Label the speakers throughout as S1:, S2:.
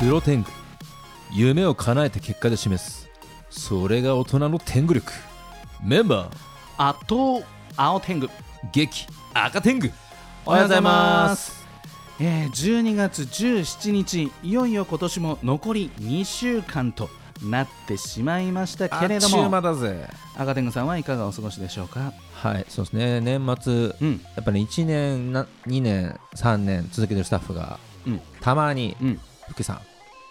S1: プロテング夢を叶えて結果で示すそれが大人の天狗力メンバー
S2: あと青天狗
S1: 激赤天狗
S2: おはようございます、えー、12月17日いよいよ今年も残り2週間となってしまいましたけれど
S1: あっちゅう間
S2: も
S1: だぜ
S2: 赤天狗さんはいかがお過ごしでしょうか
S1: はいそうですね年末
S2: うん
S1: やっぱり1年な2年3年続けてるスタッフが
S2: うん
S1: たまに
S2: うん
S1: 福井さん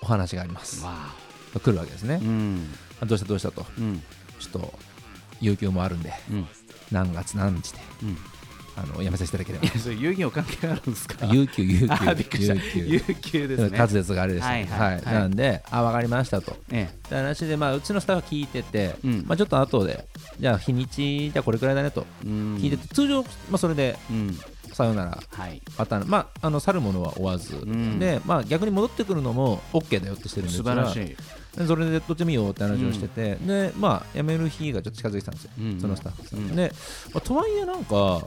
S1: お話があります
S2: わあ
S1: 来るわけですね
S2: うん
S1: あどうしたどうしたと
S2: うん
S1: ちょっと有給もあるんで
S2: うん
S1: 何月何日で
S2: うん
S1: あのやめさせていただけ
S2: い
S1: れ
S2: やそれ遊戯王関係あるんですか
S1: ば有給有給
S2: あびっくりした
S1: 有給
S2: 有給ですね
S1: 滑舌があれでしたね
S2: はいはい
S1: はい
S2: はい
S1: なんであ分かりましたと
S2: え
S1: で話でまあうちのスタッフは聞いてて
S2: うん
S1: まあちょっと後でじゃあ日にちじゃあこれくらいだねと
S2: えうん
S1: 聞いてて通常まあそれで
S2: うん
S1: さよなら
S2: はい
S1: パターン、まあ、あの去るものは追わず、
S2: ん
S1: でまあ、逆に戻ってくるのも OK だよってしてるんです
S2: 素晴らし
S1: い
S2: い
S1: それでどっちもいいよって話をしてて、でまあ、辞める日がちょっと近づいてたんですよ、
S2: うん
S1: そのスタッフさん、
S2: うん
S1: で、まあとはいえなんか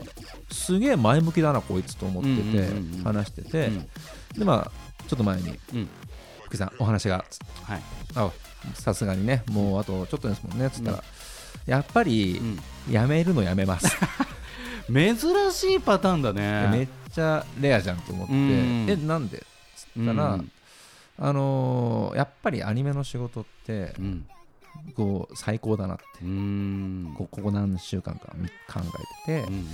S1: すげえ前向きだなこいつと思ってて、
S2: うんうんうんうん
S1: 話してて、
S2: うん
S1: でまあちょっと前に
S2: うん
S1: 福井さんお話がつ
S2: はい
S1: あさすがにねもうあとちょっとですもんねっつったら、やっぱり
S2: うん
S1: 辞めるのやめます
S2: 珍しいパターンだね
S1: めっちゃレアじゃんと思って、
S2: うん
S1: えなんでっつったら、
S2: うん
S1: あのーやっぱりアニメの仕事って
S2: うん
S1: こう最高だなって
S2: うん
S1: こうここ何週間かみ考えてて、
S2: う
S1: や
S2: んうん
S1: っ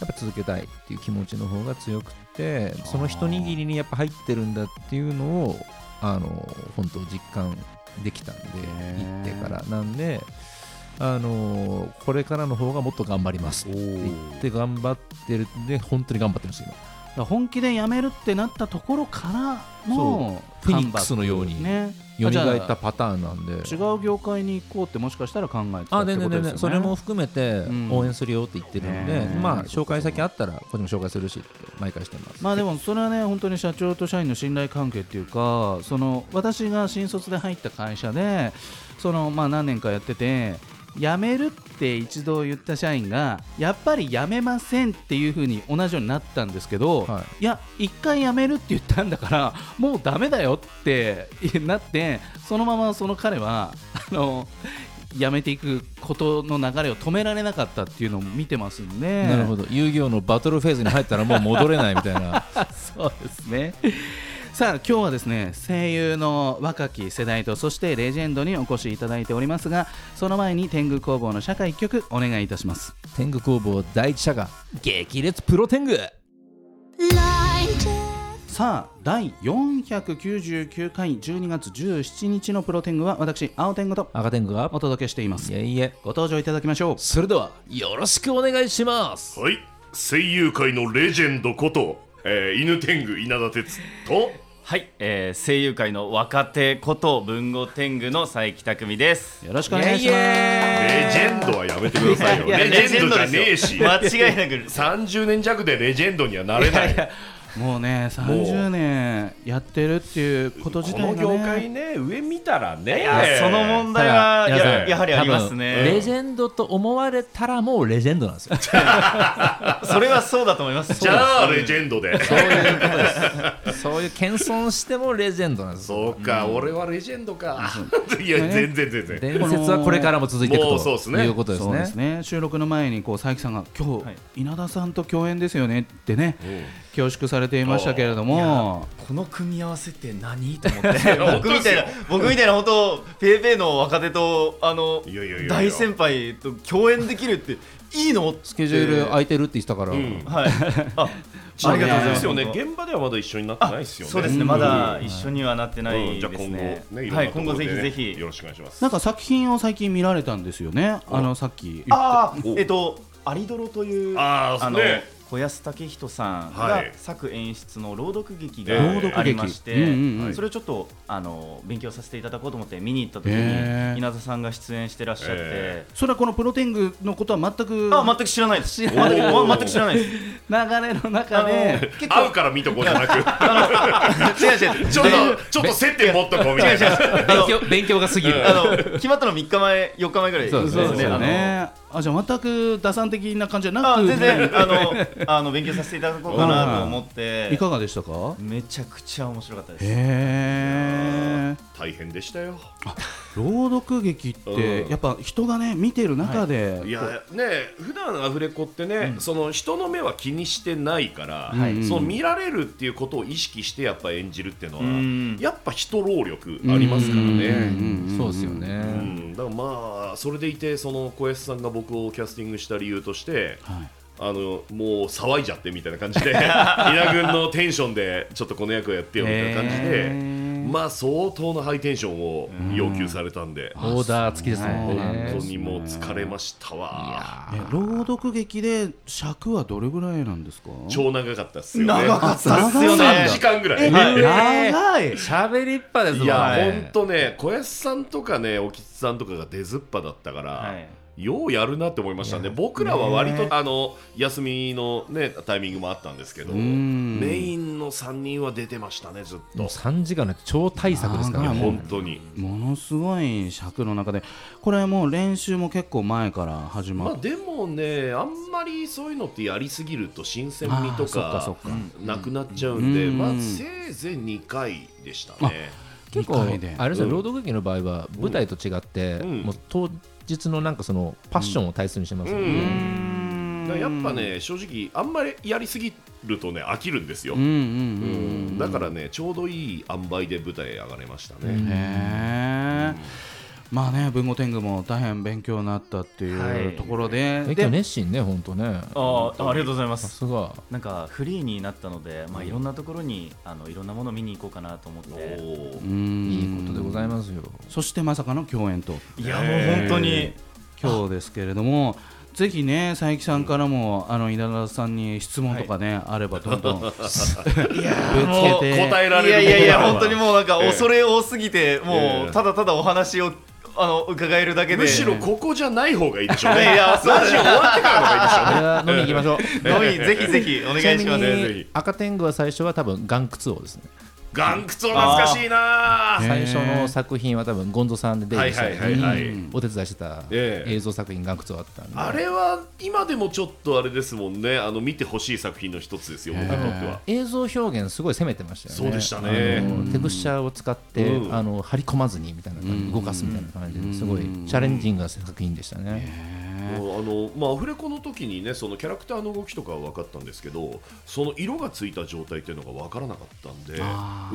S1: ぱ続けたいっていう気持ちの方が強くてその一握りにやっぱ入ってるんだっていうのをあのー本当実感できたんで行
S2: へ
S1: っ
S2: ー
S1: てからなんであのーこれからの方がもっと頑張りますって言って頑張ってるんで本当に頑張ってるんですよ今
S2: だから本気で辞めるってなったところから
S1: そ
S2: の
S1: う
S2: カ
S1: フェニックスのように
S2: ね
S1: 蘇
S2: あじゃあ
S1: ったパターンなんで
S2: 違う業界に行こうってもしかしたら考えてた
S1: あ
S2: っ
S1: で
S2: て
S1: ね
S2: こ
S1: ね
S2: と
S1: ね
S2: ですよ
S1: ね
S2: ね
S1: それも含めて
S2: うん
S1: 応援するよって言ってるんで、
S2: ねえ
S1: まあ紹介先あったらこっちも紹介するしって毎回してます、
S2: まあでもそれはね本当に社長と社員の信頼関係っていうかその私が新卒で入った会社でそのまあ何年かやってて辞めるって一度言った社員がやっぱり辞めませんっていうふうに同じようになったんですけど、、
S1: はい
S2: や一回辞めるって言ったんだからもうダメだよってなってそのままその彼はあの辞めていくことの流れを止められなかったっていうのを見てますんで
S1: なるほど遊戯王のバトルフェーズに入ったらもう戻れないみたいな
S2: そうですね。 さあ今日はですね声優の若き世代とそしてレジェンドにお越しいただいておりますがその前に天狗工房の社会一曲お願いいたします
S1: 天狗工房第一社が激烈プロ天狗
S3: Light
S2: さあ第499回12月17日のプロ天狗は私青天狗と
S1: 赤天狗が
S2: お届けしています
S1: いえいえ
S2: ご登場いただきましょう
S1: それではよろしくお願いします
S4: はい声優界のレジェンドこと、えー、犬天狗稲田哲と
S5: はい、えー、声優界の若手こと文豪天狗の佐伯匠です。
S2: よろしくお願いし
S1: イ
S2: ます
S1: エ
S4: レジェンドはやめてくださいよ
S2: いやい
S4: レジェンドじゃねえし
S5: 間違いなく。
S4: 30年弱でレジェンドにはなれない
S2: もうね30年やってるっていうこと自
S4: こ
S2: 体が、
S4: の
S2: ね、
S4: 業界ね上見たらね
S5: いやその問題は
S1: ただ皆さ
S5: や
S1: ん
S5: やはりあります
S1: 多分レ
S5: ね。
S1: ジェンドと思われたらもうレジェンドなんですよ
S5: それはそうだと思います。
S4: じゃあレジェンドで
S1: そういうことですそういう謙遜してもレジェンドなんですよ
S4: そうか、俺はレジェンドか いや全然全然
S1: 伝説はこれからも続いていく
S4: もうそうです
S1: と
S4: ね
S1: いうことです
S2: そうで
S1: ね
S2: すね収録の前にこう佐伯さんが今日、
S5: はい
S2: 稲田さんと共演ですよねってね、恐縮されていましたけれども
S5: この組み合わせって何と思って
S4: 本当
S5: 僕み
S4: です
S5: たい
S4: よ
S5: な僕みたいな本当ペーペーの若手とあの
S4: いやいやいやいや
S5: 大先輩と共演できるっていいの
S1: スケジュール空いてるって言ってたから、
S4: ん
S5: はいあ
S4: ありがとうござい
S2: ま
S4: ますよね
S5: 本当
S4: 現場ではまだ一緒になってないですよね
S5: そうですねまだ一緒にはなってない
S4: じ
S5: で
S4: ゃあ
S5: す
S4: 今後
S5: ね
S4: ね、いろん
S5: は
S4: ないところ
S5: 今後
S4: で
S5: ぜ
S4: ね
S5: ひぜひ
S4: よろしくお願いします
S2: なんか作品を最近見られたんですよねあのさっき
S5: ああ
S4: お
S5: えっと「アリドロ」という
S4: あー
S5: の
S4: ね
S5: 小安武人さん
S4: は
S5: が
S4: い
S5: 作演出の朗読劇
S4: えー朗
S5: が
S4: 読
S5: ありまして、
S2: 劇うんうんうん
S5: それをちょっとあの勉強させていただこうと思って見に行った時に、
S2: へー
S5: 稲田さんが出演してらっしゃって、
S4: え
S2: それはこのプロテングのことは全く
S5: あ全く知らないです
S2: 知ら
S4: ない
S5: 全く全く知 らないです
S2: 流れの中で
S5: 結
S4: 会う
S5: 構
S4: から見とこうじゃなく
S5: 違う違う
S4: ちょっとちょっと接点持っとこうみたいな
S5: あの
S1: 勉強が過ぎる
S5: あの決まったの3日前4日前ぐらい
S1: そうですね
S2: そうですよねあじゃあ全く打算的な感じじゃな
S5: あ
S2: く
S5: 全然あのあの勉強させていただこうかなと思って
S2: いかがでしたか
S5: めちゃくちゃ面白かったです
S2: へえ
S4: 大変でしたよ
S2: 朗読劇って、
S4: うん
S2: やっぱ人がね見てる中で、
S4: いやね普段アフレコってね、その人の目は気にしてないから、
S2: はい
S4: その見られるっていうことを意識してやっぱ演じるっていうのは、
S5: ん
S4: やっぱ人労力ありますからね。
S1: うんそうですよね、
S4: うんだからまあそれでいてその小安さんが僕をキャスティングした理由として、
S2: はい
S4: あのもう騒いじゃってみたいな感じ で稲君のテンションでちょっとこの役をやってよみたいな感じ
S2: へー
S4: でまあ相当なハイテンションを要求されたんで
S1: オーダー付きですもんね
S4: 本当にもう疲れましたわ
S2: え朗読劇で尺はどれぐらいなんですか
S4: 超長かったっすよね
S5: 長かったっす
S4: 3
S5: よね
S4: 時間ぐらい、
S5: はい
S2: 長い
S1: 喋りっぱですもんね
S4: いや本当ね小安さんとかね興津さんとかが出ずっぱだったから、
S5: はい
S4: ようやるなって思いましたね、僕らは割と、あの休みの、ね、タイミングもあったんですけど、
S2: ん
S4: メインの3人は出てましたね、ずっ
S1: もう
S4: と。
S1: 3時間なんて超大作ですから
S2: あー
S1: ね
S2: もう
S4: 本当に。
S2: ものすごい尺の中でこれもう練習も結構前から始ま
S4: まあ、
S2: って、
S4: でもね、あんまりそういうのってやりすぎると新鮮味と
S2: あーそっ
S4: か
S2: かそっか
S4: なくなっちゃうんで、
S2: うん
S4: まあ、せいぜい2回でしたね。
S1: 結構あ
S2: 二
S1: れ
S2: 回で
S1: ですよ、
S4: うん
S1: 朗読劇の場合は舞台と違って、
S4: うん
S1: もう当日のなんかそのパッションを大切にしてますよね、
S4: うん
S2: うん
S4: だからやっぱね、正直、あんまりやりすぎるとね、飽きるんですよ。
S2: うんうん
S4: う
S2: うんうん
S4: んだからね、ちょうどいい塩梅で舞台へ上がれましたね。
S2: へえ、まあね文豪天狗も大変勉強になったっていうところで、
S1: え今
S2: で
S1: 日熱心ね本当ね
S5: あーありがとうございま
S1: さ
S5: す
S1: すが
S5: なんかフリーになったので、まあ、いろんなところにあのいろんなものを見に行こうかなと思っ
S4: お
S5: て
S4: ー
S2: うん
S1: いいことでございますよ
S2: そしてまさかの共演と
S5: いやもう本当に
S2: 今日ですけれどもぜひね佐伯さんからも、あの稲田さんに質問とかね、あればどんどんぶ つけて
S4: 答えられる
S5: いやいやいや
S4: ものは
S5: 本当にもうなんか
S4: ええ
S5: 恐れ多すぎて
S4: え
S5: も
S4: え
S5: うただただお話をあの伺えるだけで
S4: むしろここじゃない方がいいでしょう
S5: いや
S4: ね。
S5: いやそうだね
S4: ラジオ終わってからの方がいいでしょうね
S1: これは飲みに行き ましょう
S5: のみぜひぜひお願いします
S4: ね
S1: ちな
S4: ぜ
S1: みに
S4: ひ
S1: 赤天狗は最初は多分岩窟王ですね
S4: 岩窟は懐かしいな
S2: へー
S4: あ
S1: 最初の作品は多分ゴンゾさんでデビューした
S4: はい
S1: 時
S4: はいはいはい
S1: にお手伝いしてた
S4: ええ
S1: 映像作品岩窟王だったんで
S4: あれは今でもちょっとあれですもんねあの見てほしい作品の一つですよ僕にとっては
S1: 映像表現すごい攻めてましたよね
S4: そうでしたね
S1: あのテクスチャーを使って、
S4: うん
S1: あの張り込まずにみたいな感じ動かすみたいな感じですごいチャレンジングな作品でしたね、
S4: もうあのまあアフレコの時にねそのキャラクターの動きとかは分かったんですけどその色がついた状態っていうのが分からなかったんで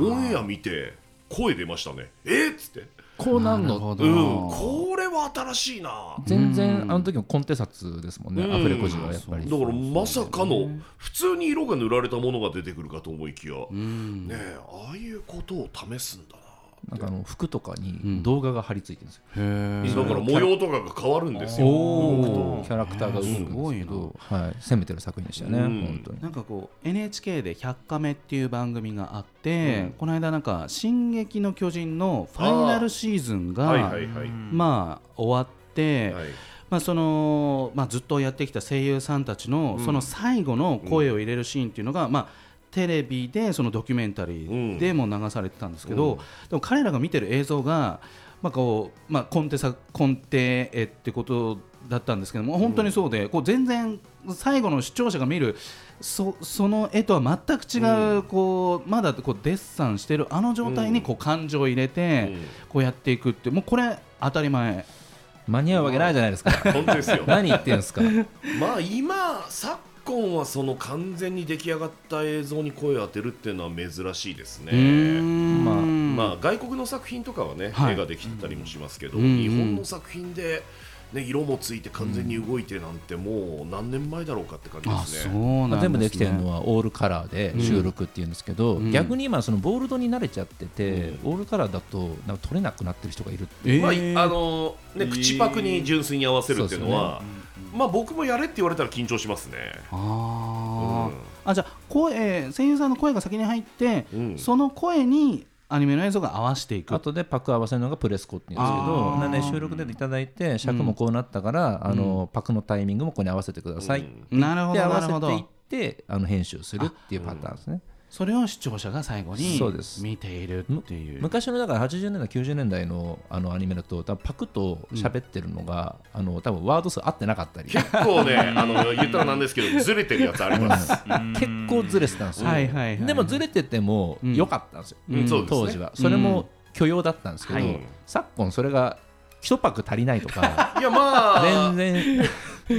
S4: オンエア見て声出ましたねえっ、っつって
S1: こうなん
S2: な
S1: の
S2: るほど、
S4: うんこれは新しいな
S1: 全然あの時もコンテ札ですもんね、
S4: うん
S1: アフレコ時はやっぱり
S4: だからまさかの普通に色が塗られたものが出てくるかと思いきや
S2: うん
S4: ねえああいうことを試すんだな
S1: なんかあの服とかに動画が貼り付いてるんですよ、
S2: へえ
S4: だから模様とかが変わるんですよ
S2: お
S1: キャラクターが動くんです
S2: すごい
S1: け
S2: な
S1: ど、はい、攻めてる作品でしたね、
S4: うん
S1: 本当に
S2: なんかこう NHK で「100カメ」っていう番組があって、この間なんか「進撃の巨人」のファイナルシーズンが
S4: はいはいはい、
S2: まあ終わって、
S4: はい
S2: まあそのまあ、ずっとやってきた声優さんたちのその最後の声を入れるシーンっていうのが、まあテレビでそのドキュメンタリーでも流されてたんですけど、
S4: うん
S2: でも彼らが見てる映像が、まあこうまあ、コンテサコンテ絵ってことだったんですけども本当にそうで、こう全然最後の視聴者が見るそその絵とは全く違う,、こうまだこうデッサンしてるあの状態にこう感情を入れて、
S4: うん
S2: こうやっていくってもうこれ当たり前。
S1: 間に合うわけないじゃないで すか
S4: 本当です よ
S1: 何言ってんですか
S4: まあ今昨今はその完全に出来上がった映像に声を当てるっていうのは珍しいですね
S2: ま
S1: まあ
S4: まあ外国の作品とかはね、
S2: はい
S4: 絵ができてたりもしますけど、
S2: うんうん
S4: 日本の作品で、ね、色もついて完全に動いてなんてもう何年前だろうかって感じで
S2: あ
S4: す
S2: そ
S4: ね。
S2: う
S1: まあ
S2: なんですね
S1: 全部できてるのはオールカラーで収録っていうんですけど、
S2: うん
S1: 逆に今そのボールドに慣れちゃってて、オールカラーだとなんか撮れなくなってる人がいるって
S2: え
S4: まあ
S2: ー
S4: あのね、口パクに純粋に合わせるっていうのはまあ、僕もやれって言われたら緊張しますね。
S2: あー、
S4: うん
S2: あじゃあ声声優さんの声が先に入って、
S4: うん
S2: その声にアニメの映像が合わせていく
S1: 後でパク合わせるのがプレスコっていうんですけ
S2: あ
S1: ど
S2: ー
S1: なんで収録でいただいて尺もこうなったから、あのパクのタイミングもここに合わせてください、
S4: うん
S2: なるほ
S1: で
S2: ど
S1: 合
S2: なるほ
S1: わせていっ
S2: ど
S1: てあの編集するっていうパターンですね、
S2: それを視聴者が最後に
S1: そうです
S2: 見ているっていう
S1: 昔のだから80年代90年代のあのアニメだと多分パクッと喋ってるのが、あの多分ワード数合ってなかったり
S4: 結構ね、あの言ったらなんですけど、ずれてるやつあります。
S1: 結構ずれてたんですよ、
S2: はいはいはい
S1: でもずれてても
S2: うん
S1: 良かったんですよ、
S4: うんそうですね
S1: 当時はそれも許容だったんですけど、
S4: はい
S1: 昨今それが一パック足りないと か
S4: いや、まあ、
S1: 全然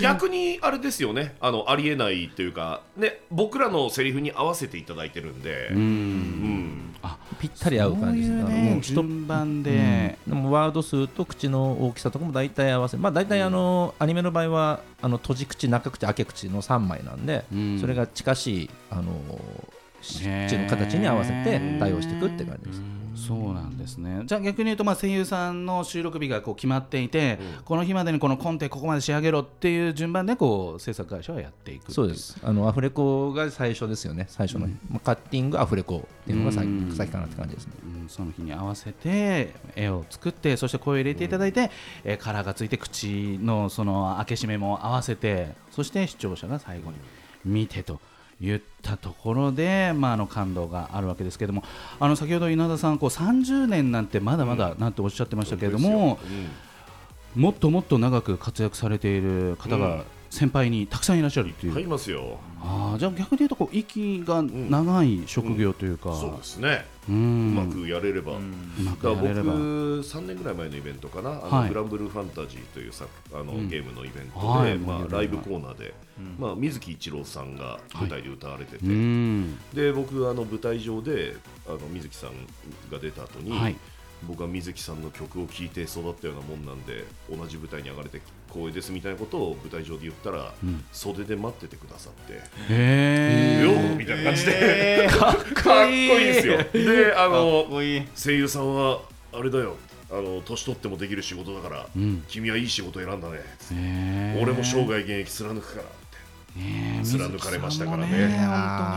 S4: 逆にあれですよねあのありえないというか、ね、僕らのセリフに合わせていただいてるんで、
S2: う
S4: うん
S2: ん
S1: ぴったり合う感じです
S2: そういう
S1: あのも
S2: ね
S1: う一
S2: 順番で、
S1: でもワード数と口の大きさとかも大体合わせまあ大体あの、アニメの場合はあの閉じ口中口開け口の3枚なんで、
S2: うん
S1: それが近しいあの口
S2: ね
S1: の形に合わせて対応していくって感じです、
S2: そうなんですねじゃあ逆に言うとまあ声優さんの収録日がこう決まっていて、この日までにこのコンテここまで仕上げろっていう順番でこう制作会社はやっていくってい
S1: そうですあのアフレコが最初ですよね最初の、まあ、カッティングアフレコっていうのが先,、
S2: うん
S1: 先かなって感じですね
S2: うんその日に合わせて絵を作ってそして声を入れていただいて、えーカラーがついて口のその開け閉めも合わせてそして視聴者が最後に見てと。言ったところで、まあ、あの感動があるわけですけれどもあの先ほど稲田さんこう30年なんてまだまだなんておっしゃってましたけれども、もっともっと長く活躍されている方
S4: う
S2: が
S4: ん
S2: 先輩にたくさんいらっしゃるっていう、
S4: 買いますよ、
S2: あーじゃあ逆に言うとこう息が長い職業というか、うん
S4: そうですね、うまくやれれば。
S2: うまく
S4: だ
S2: や
S4: から
S2: れれば。
S4: 僕、3年ぐらい前のイベントかな、あの
S2: はい
S4: グランブルーファンタジーという作あの、ゲームのイベントで、
S2: はい
S4: ま
S2: もう
S4: あ、ライブコーナーで、まあ、水木一郎さんが舞台で歌われてて、
S2: うん
S4: で僕あの舞台上であの水木さんが出た後に、
S2: はい
S4: 僕は水木さんの曲を聴いて育ったようなもんなんで同じ舞台に上がれて光栄ですみたいなことを舞台上で言ったら、袖で待っててくださって、
S2: へ
S4: よ
S2: ー
S4: っみたいな感じで、
S5: えー、かっ
S4: かっ
S5: こ
S4: こい
S5: いい
S4: いですよであ
S5: か
S4: の
S5: っこいい
S4: 声優さんはあれだよあの年取ってもできる仕事だから、
S2: ん
S4: 君はいい仕事選んだね、
S2: へー
S4: 俺も生涯現役貫くからって
S2: ねえ
S4: 貫かれましたからね
S2: 水木さんも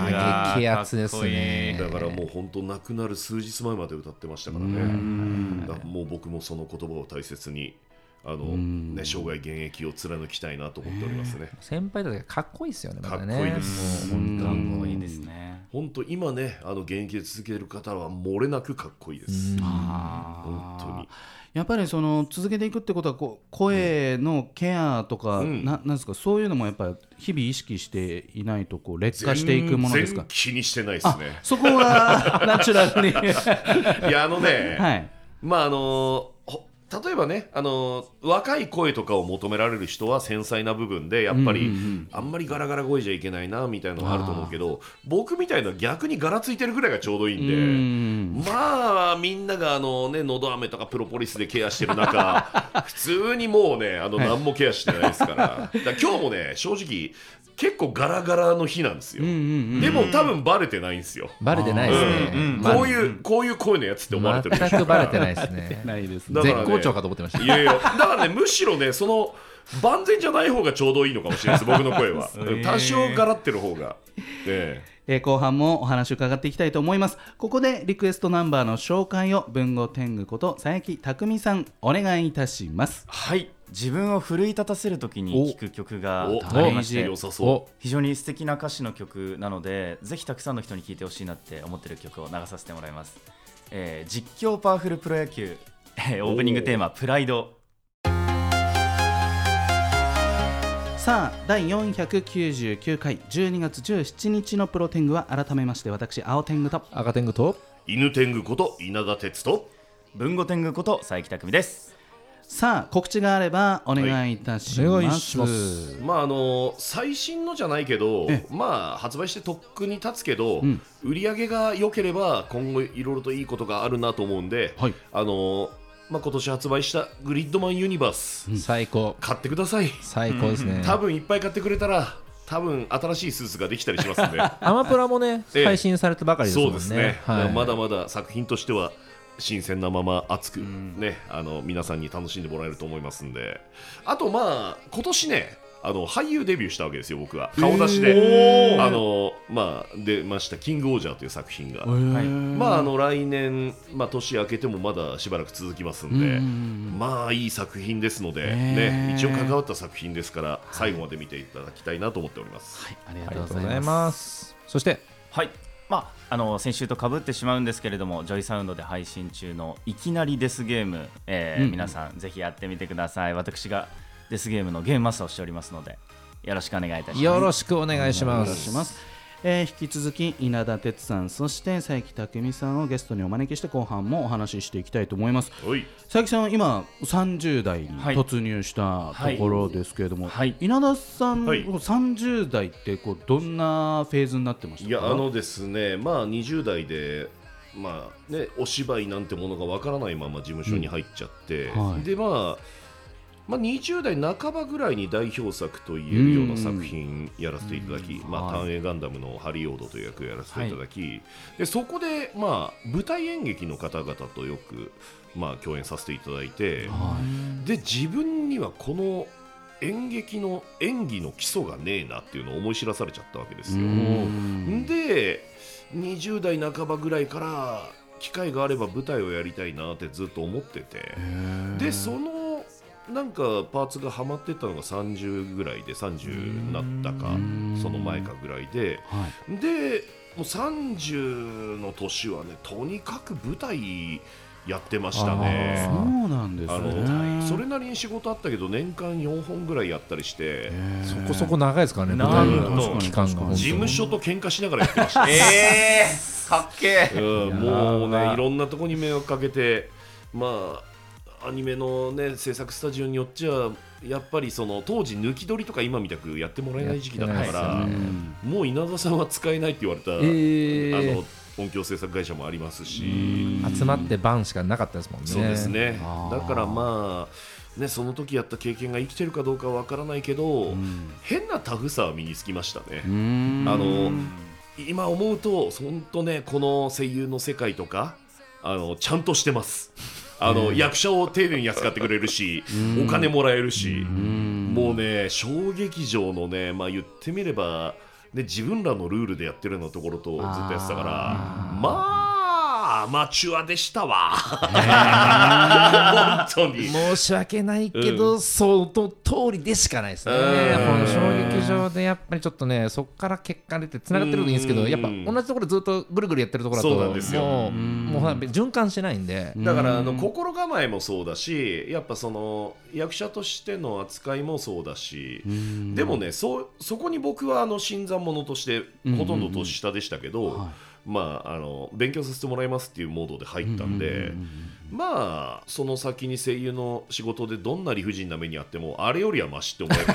S1: あ
S5: い
S1: ー
S5: やー
S1: 激アツですね
S4: だからもう本当亡くなる数日前まで歌ってましたから
S2: うん
S4: ね。だからもう僕もその言葉を大切にあのね生涯現役を貫きたいなと思っておりますね。
S1: 先輩たちがかっこいいですよねまだね
S4: かっこいいです
S1: もう本当
S5: か
S1: に
S5: っ
S1: も
S5: こ
S1: う
S5: いいですね
S4: 本当今ねあの現役で続ける方は漏れなくかっこいいです。
S2: あー
S4: 本当に
S2: やっぱりその続けていくってことはこう声のケアとか、
S4: うん
S2: ななんですかそういうのもやっぱり日々意識していないとこう劣化していくものですか
S4: 全然気にしてないですね。
S2: そこ はナチュラルに
S4: いやあのね、
S2: はい
S4: まああのほ例えばね、あの若い声とかを求められる人は繊細な部分でやっぱり、
S2: うんうんうん
S4: あんまりガラガラ声じゃいけないなみたいなのがあると思うけど僕みたいな逆にガラついてるぐらいがちょうどいいんで。
S2: うん
S4: まあみんながあのね喉飴とかプロポリスでケアしてる中普通にもうねあの何もケアしてないですから,、だから今日もね正直結構ガラガラの日なんですよ、
S2: うんうん
S4: でも多分バレてないんですよ、
S1: バレてないですね、
S5: うんうん
S1: まあ
S4: こういう、こういう声のやつって思われてるで
S1: 全
S4: しょ
S1: く
S4: うか
S1: バ
S4: ら
S1: レてないですね
S2: うんないで す
S4: だ
S2: ね
S4: からね
S1: 絶好調かと思ってました
S4: いやいやだからねむしろねその万全じゃない方がちょうどいいのかもしれないです僕の声は
S5: ー
S4: 多少ガラってる方が、ええ
S2: えー後半もお話伺っていきたいと思いますここでリクエストナンバーの紹介を文豪天狗こと佐伯匠さんお願いいたします
S5: はい自分を奮い立たせるときに聴く曲が
S4: お
S5: ありま
S4: 大
S5: し
S4: 事
S5: て
S4: 良さそう
S5: 非常に素敵な歌詞の曲なのでぜひたくさんの人に聴いてほしいなって思ってる曲を流させてもらいます、えー実況パワフルプロ野球 えーオープニングテーマ「プライド
S2: さあ第499回12月17日のプロ天狗は改めまして私青天狗と
S1: 赤天狗と
S4: 犬天狗こと稲田哲と」
S5: 文語天狗こと佐伯匠です
S2: さあ告知があればお願いいたします、
S1: お願いします
S4: まああの最新のじゃないけど
S2: え、
S4: まあ、発売してとっくに経つけど、
S2: ん
S4: 売り上げが良ければ今後いろいろといいことがあるなと思うんで、
S2: はい
S4: あのまあ、今年発売した「グリッドマンユニバース」
S1: 最高
S4: 買ってください
S1: 最高ですね
S4: 多分いっぱい買ってくれたら多分新しいスーツができたりしますんで
S1: アマプラもね
S4: ええ
S1: 配信されたばかりです
S4: そ
S1: も
S4: うんで
S1: ね
S4: すね、
S1: はい
S4: だからまだまだ作品としては新鮮なまま熱く、ねあの皆さんに楽しんでもらえると思いますんであとまあ今年ねあの俳優デビューしたわけですよ僕は顔出しで、あのまあ出ました「キングオージャー」という作品が、
S5: はい
S4: まああの来年、まあ、年明けてもまだしばらく続きますんで、まあいい作品ですので、ね、一応関わった作品ですから最後まで見ていただきたいなと思っております、
S2: あり
S1: あ
S2: が
S1: り
S2: と
S1: が
S2: う
S1: と
S2: ご
S1: うご
S2: ざ
S1: ざ
S2: い
S1: い
S2: ま
S1: ますすそして
S5: はいまあ、あの先週とかぶってしまうんですけれども、ジョイサウンドで配信中のいきなりデスゲーム、えー
S2: うん
S5: 皆さん、ぜひやってみてください。私がデスゲームのゲームマスターをしておりますので、よろしくお願いいたします。
S1: よろしくお願いしま
S2: お願いし
S1: す。
S2: ます。えー引き続き稲田哲さんそして佐伯匠さんをゲストにお招きして後半もお話ししていきたいと思います
S4: はい
S2: 佐伯さん今30代に
S5: はい
S2: 突入したところですけれども、
S5: はい
S2: 稲田さん、
S4: はい
S2: 30代ってこうどんなフェーズになってました
S4: い
S2: か
S4: やあのですねまあ20代でまあねお芝居なんてものがわからないまま事務所に入っちゃって、
S2: うんはい
S4: でまあまあ、20代半ばぐらいに代表作といえるような作品やらせていただき、
S5: うん
S4: まあ、
S5: はい
S4: 単影ガンダムのハリオードという役をやらせていただき、でそこで、まあ、舞台演劇の方々とよく、まあ、共演させていただいて、
S2: は
S4: で自分にはこの演劇の演技の基礎がねえなっていうのを思い知らされちゃったわけで
S2: い
S4: すよ。
S2: うん
S4: で20代半ばぐらいから機会があれば舞台をやりたいなってずっと思っててでそのなんかパーツがはまってったのが30ぐらいで30になったか
S2: うん
S4: その前かぐらいで
S2: はい
S4: でもう30の年はねとにかく舞台やってましたね。
S2: そ
S5: あ
S2: うなんです
S4: あ
S2: ね
S4: のそれなりに仕事あったけど年間4本ぐらいやったりして
S1: そこそこ長いですからね、
S5: な
S2: るほど
S1: 舞台の期間が本当に。
S4: 事務所と喧嘩しながらやってました、
S5: えー、かっけ
S4: うん、
S5: え。
S2: いやー
S4: もうねいろんなとこに迷惑かけてまあアニメのね制作スタジオによっちゃやっぱりその当時抜き取りとか今みたくやってもらえない時期だったか
S1: や
S4: ら、
S1: ってないですよね
S2: うん
S4: もう稲田さんは使えないって言われた、
S1: え
S4: あ
S1: ー
S4: の音響制作会社もありますし。
S1: 集まって晩しかなかったですもんね。
S4: そうですね
S2: あー
S4: だからまあ、ね、その時やった経験が生きてるかどうかはわからないけど、
S2: ん
S4: 変なタフさは身につきましたね、
S2: うん
S4: あの今思うと本当ねこの声優の世界とかあのちゃんとしてますあの、役者を丁寧に扱ってくれるし、
S2: うん
S4: お金もらえるし、
S2: うん
S4: もうね小劇場のね、まあ、言ってみれば、ね、自分らのルールでやってるようなところとずっとやってたから
S2: あー
S4: まあアマチュアでしたわ 本当に
S1: 申し訳ないけど、その通りでしかないですね。
S4: うん
S1: この小劇場でやっぱりちょっとね、そこから結果出て繋がってるといいんですけ
S4: う
S1: ど、
S4: ん
S1: やっぱ同じところずっとぐるぐるやってるところだと、
S4: そうなんですよ
S1: もう
S2: うん
S1: もうなんか循環しないんで、
S4: だからあ
S2: う
S4: の
S2: ん
S4: 心構えもそうだしやっぱその役者としての扱いもそうだし
S2: うん
S4: でもねそうそこに僕はあの新参者としてほとんど年下でしたけど
S2: は
S4: まああの勉強させてもらいますっていうモードで入ったんでまあその先に声優の仕事でどんな理不尽な目にあってもあれよりはマシって思えるんで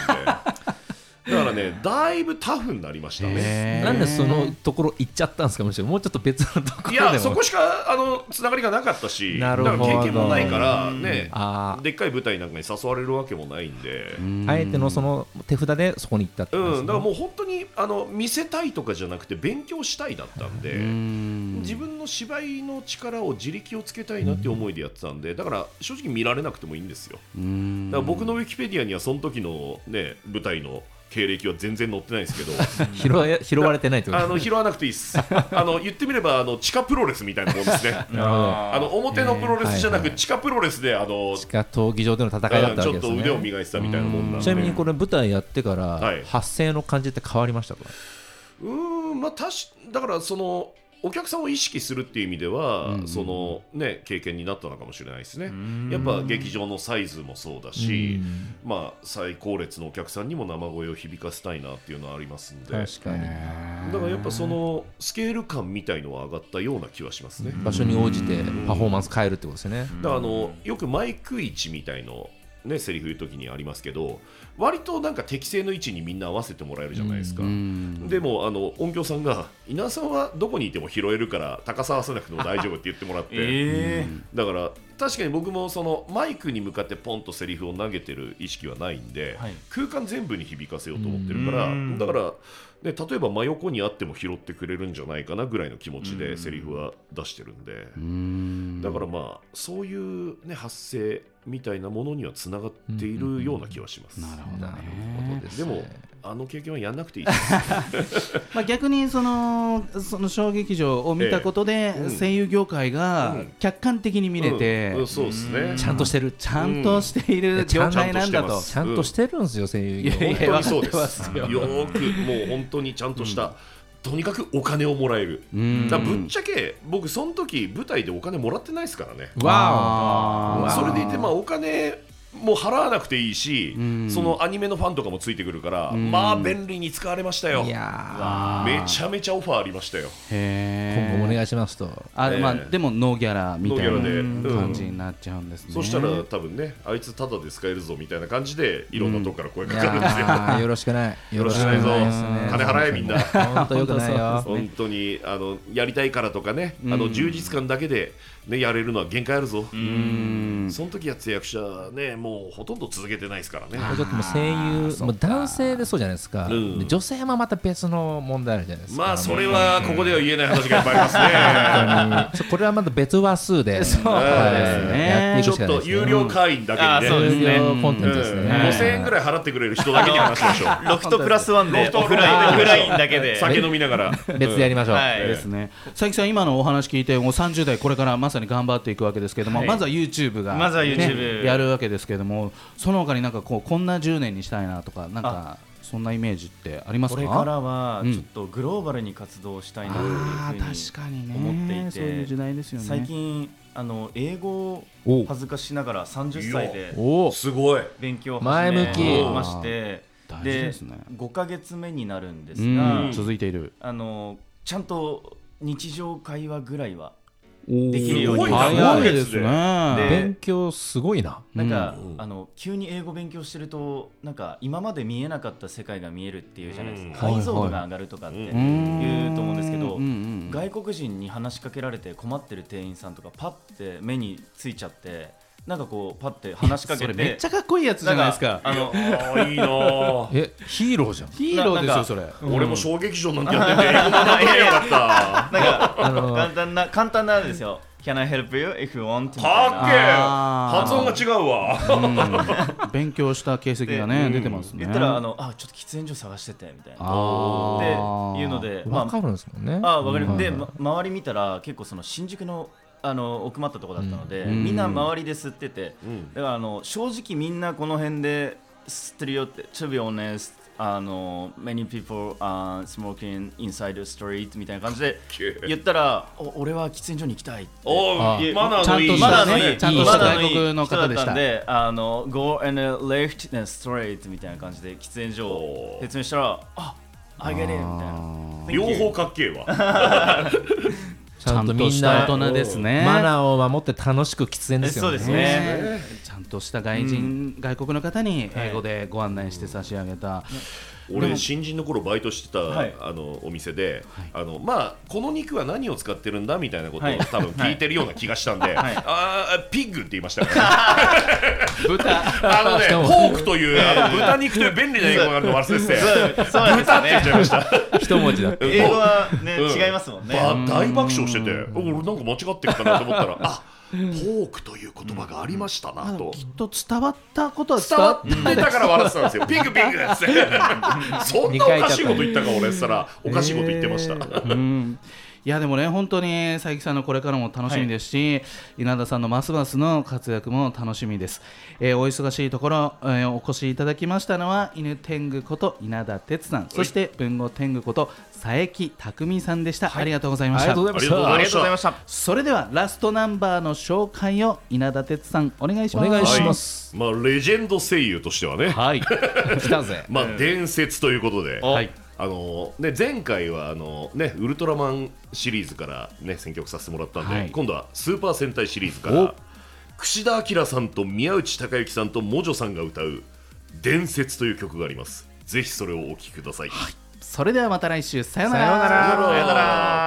S4: だからねだいぶタフになりましたね。
S2: へー
S1: なんでそのところ行っちゃったんですか、むしろ、もうちょっと別のところ
S4: い
S1: でも。
S4: やそこしかあのつながりがなかったしだ
S1: なる
S4: か
S1: ほ
S4: ら
S1: ど
S4: 経験もないからね
S1: あー
S4: でっかい舞台なんかに誘われるわけもないんで、
S1: あえてのその手札でそこに行ったってこと
S4: う
S1: です
S4: ん、
S1: ね
S4: だからもう本当にあの見せたいとかじゃなくて勉強したいだったんで、自分の芝居の力を自力をつけたいなっていう思いでやってたんで、だから正直見られなくてもいいんですよ。だから僕のウィキペディアにはその時のね舞台の経歴は全然載ってないん ですけど
S1: 拾え拾われてないってこと
S4: あ
S1: です
S4: の
S1: ね
S4: 拾わなくていいですあの言ってみればあの地下プロレスみたいなもんですね
S1: なるほど。
S4: あの表のプロレスじゃなく地下プロレスであの、
S1: 地下闘技場での戦いだったわけ
S4: うんち
S1: です
S4: ょっと腕を
S1: ね。
S4: 磨いてたみたいなもんなんで
S1: ちなみにこれ舞台やってか
S4: は
S1: ら
S4: い
S1: 発声の感じって変わりましたか、
S4: うーんまあたしだからそのお客さんを意識するっていう意味では、そのね経験になったのかもしれないですねやっぱ劇場のサイズもそうだしまあ最高列のお客さんにも生声を響かせたいなっていうのはありますんでだ
S1: 確かに
S4: からやっぱそのスケール感みたいのは上がったような気はしますね
S1: 場所に応じてパフォーマンス変えるってことですよね、
S4: だからあのよくマイク位置みたいのねセリフ言う時にありますけど割となんか適正の位置にみんな合わせてもらえるじゃないですか、でもあの音響さんが稲田さんはどこにいても拾えるから高さ合わせなくても大丈夫って言ってもらって、
S5: えー、
S4: だから確かに僕もそのマイクに向かってポンとセリフを投げてる意識はないんで、
S5: はい
S4: 空間全部に響かせようと思ってるから
S5: うん
S4: だから、ね、例えば真横にあっても拾ってくれるんじゃないかなぐらいの気持ちでセリフは出してるんで。だからまあそういう、ね、発声みたいなものにはつながっているような気はします。
S2: なるほど
S1: なるほどです、
S4: で
S1: ね、
S4: もあの経験はやんなくていいです。
S2: まあ、逆にそのその小劇場を見たことで
S4: えうん
S2: 声優業界が
S4: うん
S2: 客観的に見れて
S4: うんうんそうですね。
S1: ちゃんとしてる
S2: ちゃんとしてい
S1: うん
S2: る業界なんだ
S4: いやちゃんとしてま
S2: と
S4: す
S1: ちゃんとしてるんですよ声優
S2: いやい
S1: 業
S2: や
S4: 本当にそうです。
S2: わかってますよ
S4: よーくもう本当にちゃんとしたとにかくお金をもらえる、
S2: うん
S4: だからぶっちゃけ僕その時舞台でお金もらってないですからね、
S2: わ
S4: それでいてまあお金も払わなくていいし、
S2: うん
S4: そのアニメのファンとかもついてくるから、
S2: ん
S4: まあ便利に使われましたよ
S1: いや
S4: めちゃめちゃオファーありましたよ
S1: ー
S2: へ
S1: 今後お
S2: ね
S1: 願いしますと
S2: あ、まあ
S4: ええ
S2: でもノーギャラみたい
S4: ノーギャラでう
S2: なん感じになっちゃうんですね。
S4: そしたら多分ねあいつタダで使えるぞみたいな感じでいろんなとこから声
S1: い
S4: かかるんですよ、
S1: やーよろしくない
S4: よろしくないぞ
S1: ですね
S4: 金払えみんな
S1: 本当よくないよ
S4: 本当にあのやりたいからとかね、あの充実感だけで、ね、やれるのは限界あるぞ、
S2: うん
S4: その時やってた役者はね、もうほとんど続けてないですからね。
S1: ちょっともう声優もう男性でそうじゃないですか、
S4: うん
S1: で女性もまた別の問題あるじゃないですか
S4: まあそれはここでは言えない話がいっぱいありますね。
S1: 本当にこれはまだ別話数で
S2: そうですね
S1: やってい
S4: ち
S1: く
S4: ょ
S1: しか
S4: っ
S1: ない
S4: と
S1: ですね
S4: 有料会員だけにね、
S1: 有料コンテンツですね、
S4: うん5000円ぐらい払ってくれる人だけに話しましょう。
S5: ロフトプラスワン
S4: ロ
S5: で
S4: フト
S5: オフラインオフラインだけで
S4: 酒飲みながら。
S1: 別でやりましょう、
S5: はい
S4: ええ
S2: ですね。佐伯さん今のお話聞いてもう30代これからまさに頑張っていくわけですけれども、
S5: はい
S2: まずは YouTube が、
S5: まずは YouTube
S2: ねやるわけですけれどもその他になんかこうこんな10年にしたいなとかなんかそんなイメージってあります
S5: こ
S2: か？
S5: れからは
S2: うん
S5: ちょっとグローバルに活動したいなっていう
S2: あ
S5: ふう
S2: ー確かにね
S5: 思っていて
S2: そういう時代ですよね。
S5: 最近あの英語を
S1: お
S5: 恥ずかしながら30歳で
S1: お
S4: すごい。
S5: 勉強を
S1: 前
S5: 始
S1: 向
S5: め
S1: き
S5: まして
S2: 大事ですね
S5: 5か月目になるんです
S2: う
S5: が、
S2: ん続いている。
S5: あのちゃんと日常会話ぐらいは
S2: で
S5: きるように
S2: 早いです
S5: で
S2: ね。
S1: 勉強すごいな
S5: なんか、
S4: うん
S5: あの急に英語勉強してるとなんか今まで見えなかった世界が見えるっていうじゃないですか、
S2: うん
S5: 解像度が上がるとかって
S4: はいはい
S5: 言うと思うんですけど、
S2: うんうん
S5: 外国人に話しかけられて困ってる店員さんとかパッて目についちゃってなんかこうパッて話しか
S2: そ
S5: けて
S2: れめっちゃかっこいいやつじゃ
S5: なん
S2: ないですか。
S5: あの
S4: ああいいなあ。
S1: えヒーローじゃん
S2: ヒーローです
S5: なな
S2: よ
S5: んか
S2: それ。
S4: 俺も小劇場なんてやってて英語学んでよかった。
S5: なんか
S1: あの
S5: 簡単な簡単なんですよ。Can I help you if you want? みたい
S4: かっ
S5: な
S4: けえ。
S2: あー
S4: 発音が違うわ。
S2: うん勉強した形跡がね
S5: で
S2: 出てますね。
S5: 言ったらあのあちょっと喫煙所探しててみたいな。
S2: あー
S5: でいうのでま
S1: わかるんですもんね
S5: ああわかり
S1: うん
S5: で、ま、周り見たら結構その新宿のあの奥まったとこだったので、
S2: うん
S5: みんな周りで吸ってて、
S4: うん
S5: だからあの正直みんなこの辺で吸ってるよって「To be honest あの many people are smoking inside the street」みたいな感じで言ったら「お俺は喫煙所に行きたい」って
S4: おう
S1: あ
S4: マナーのいい。
S2: ちゃ
S5: ま
S2: んとした
S5: だの
S2: ね
S5: いい
S2: ちゃんとした
S5: まだのいい
S2: 外国の方でした
S5: 人だったんで、あの、go and left and straight みたいな感じで喫煙所を説明したら、あ、I get it みたいな。
S4: 両方かっけえわ。
S1: ち
S2: ち
S1: ゃ
S2: ゃ
S1: ん
S2: ん
S1: と
S2: と
S1: み
S2: し
S1: ん
S2: た
S1: な
S2: 大人ですね。
S1: マナーを守って楽しく喫煙ですよね
S5: そうですね
S2: ねちゃんとした外人、外国の方に英語でご案内して差し上げた、
S4: 俺新人の頃バイトしてた、
S5: はい
S4: あのお店で、
S2: はい
S4: あのまあこの肉は何を使ってるんだみたいなことを、
S5: はい
S4: 多分聞いてるような気がしたんで、
S5: はい
S4: あーピッグって言いましたから、
S2: 豚
S4: あのね
S1: しかも
S4: フォークというあの豚肉という便利な英語があるの忘れてて
S5: そうなんですよね。
S4: 言っちゃいました。
S1: 一文字だって
S5: 英語はね、
S4: うん
S5: 違いますもんね。
S4: ば大爆笑してて、俺なんか間違ってるかなと思った ら、あフォークという言葉がありましたな と。
S2: きっと伝わったことは伝
S4: 伝
S2: わ
S4: わ
S2: っ
S4: ってたから笑ってたんですよ。ピグピグっつって。そんなおかしいこと言ったか俺っつったら、おかしいこと言ってました。
S2: うんいやでもね本当に佐伯さんのこれからも楽しみですし、稲田さんのますますの活躍も楽しみです、えーお忙しいところ、えーお越しいただきましたのは犬天狗こと稲田哲さんそして文豪天狗こと佐伯匠さんでした、ありがとうございました
S4: ありがとうござい
S5: あ
S4: ま
S5: りが
S4: し
S5: とうござ
S4: た
S5: いま。した。
S2: それではラストナンバーの紹介を稲田哲さんお願いします
S1: お願いしますす
S4: まあ、レジェンド声優としてはね、
S2: はい、
S1: 来たぜ
S4: まあ、伝説ということで、
S2: はい
S4: あのね、前回はあの、ね、ウルトラマンシリーズから、ね、選曲させてもらったんで、
S2: はい
S4: 今度はスーパー戦隊シリーズか
S2: お
S4: ら櫛田明さんと宮内孝之さんとモジョさんが歌う「伝説」という曲がありますぜひそれをお聴きください、
S2: それではまた来週さよう
S1: さようなら
S4: さよなら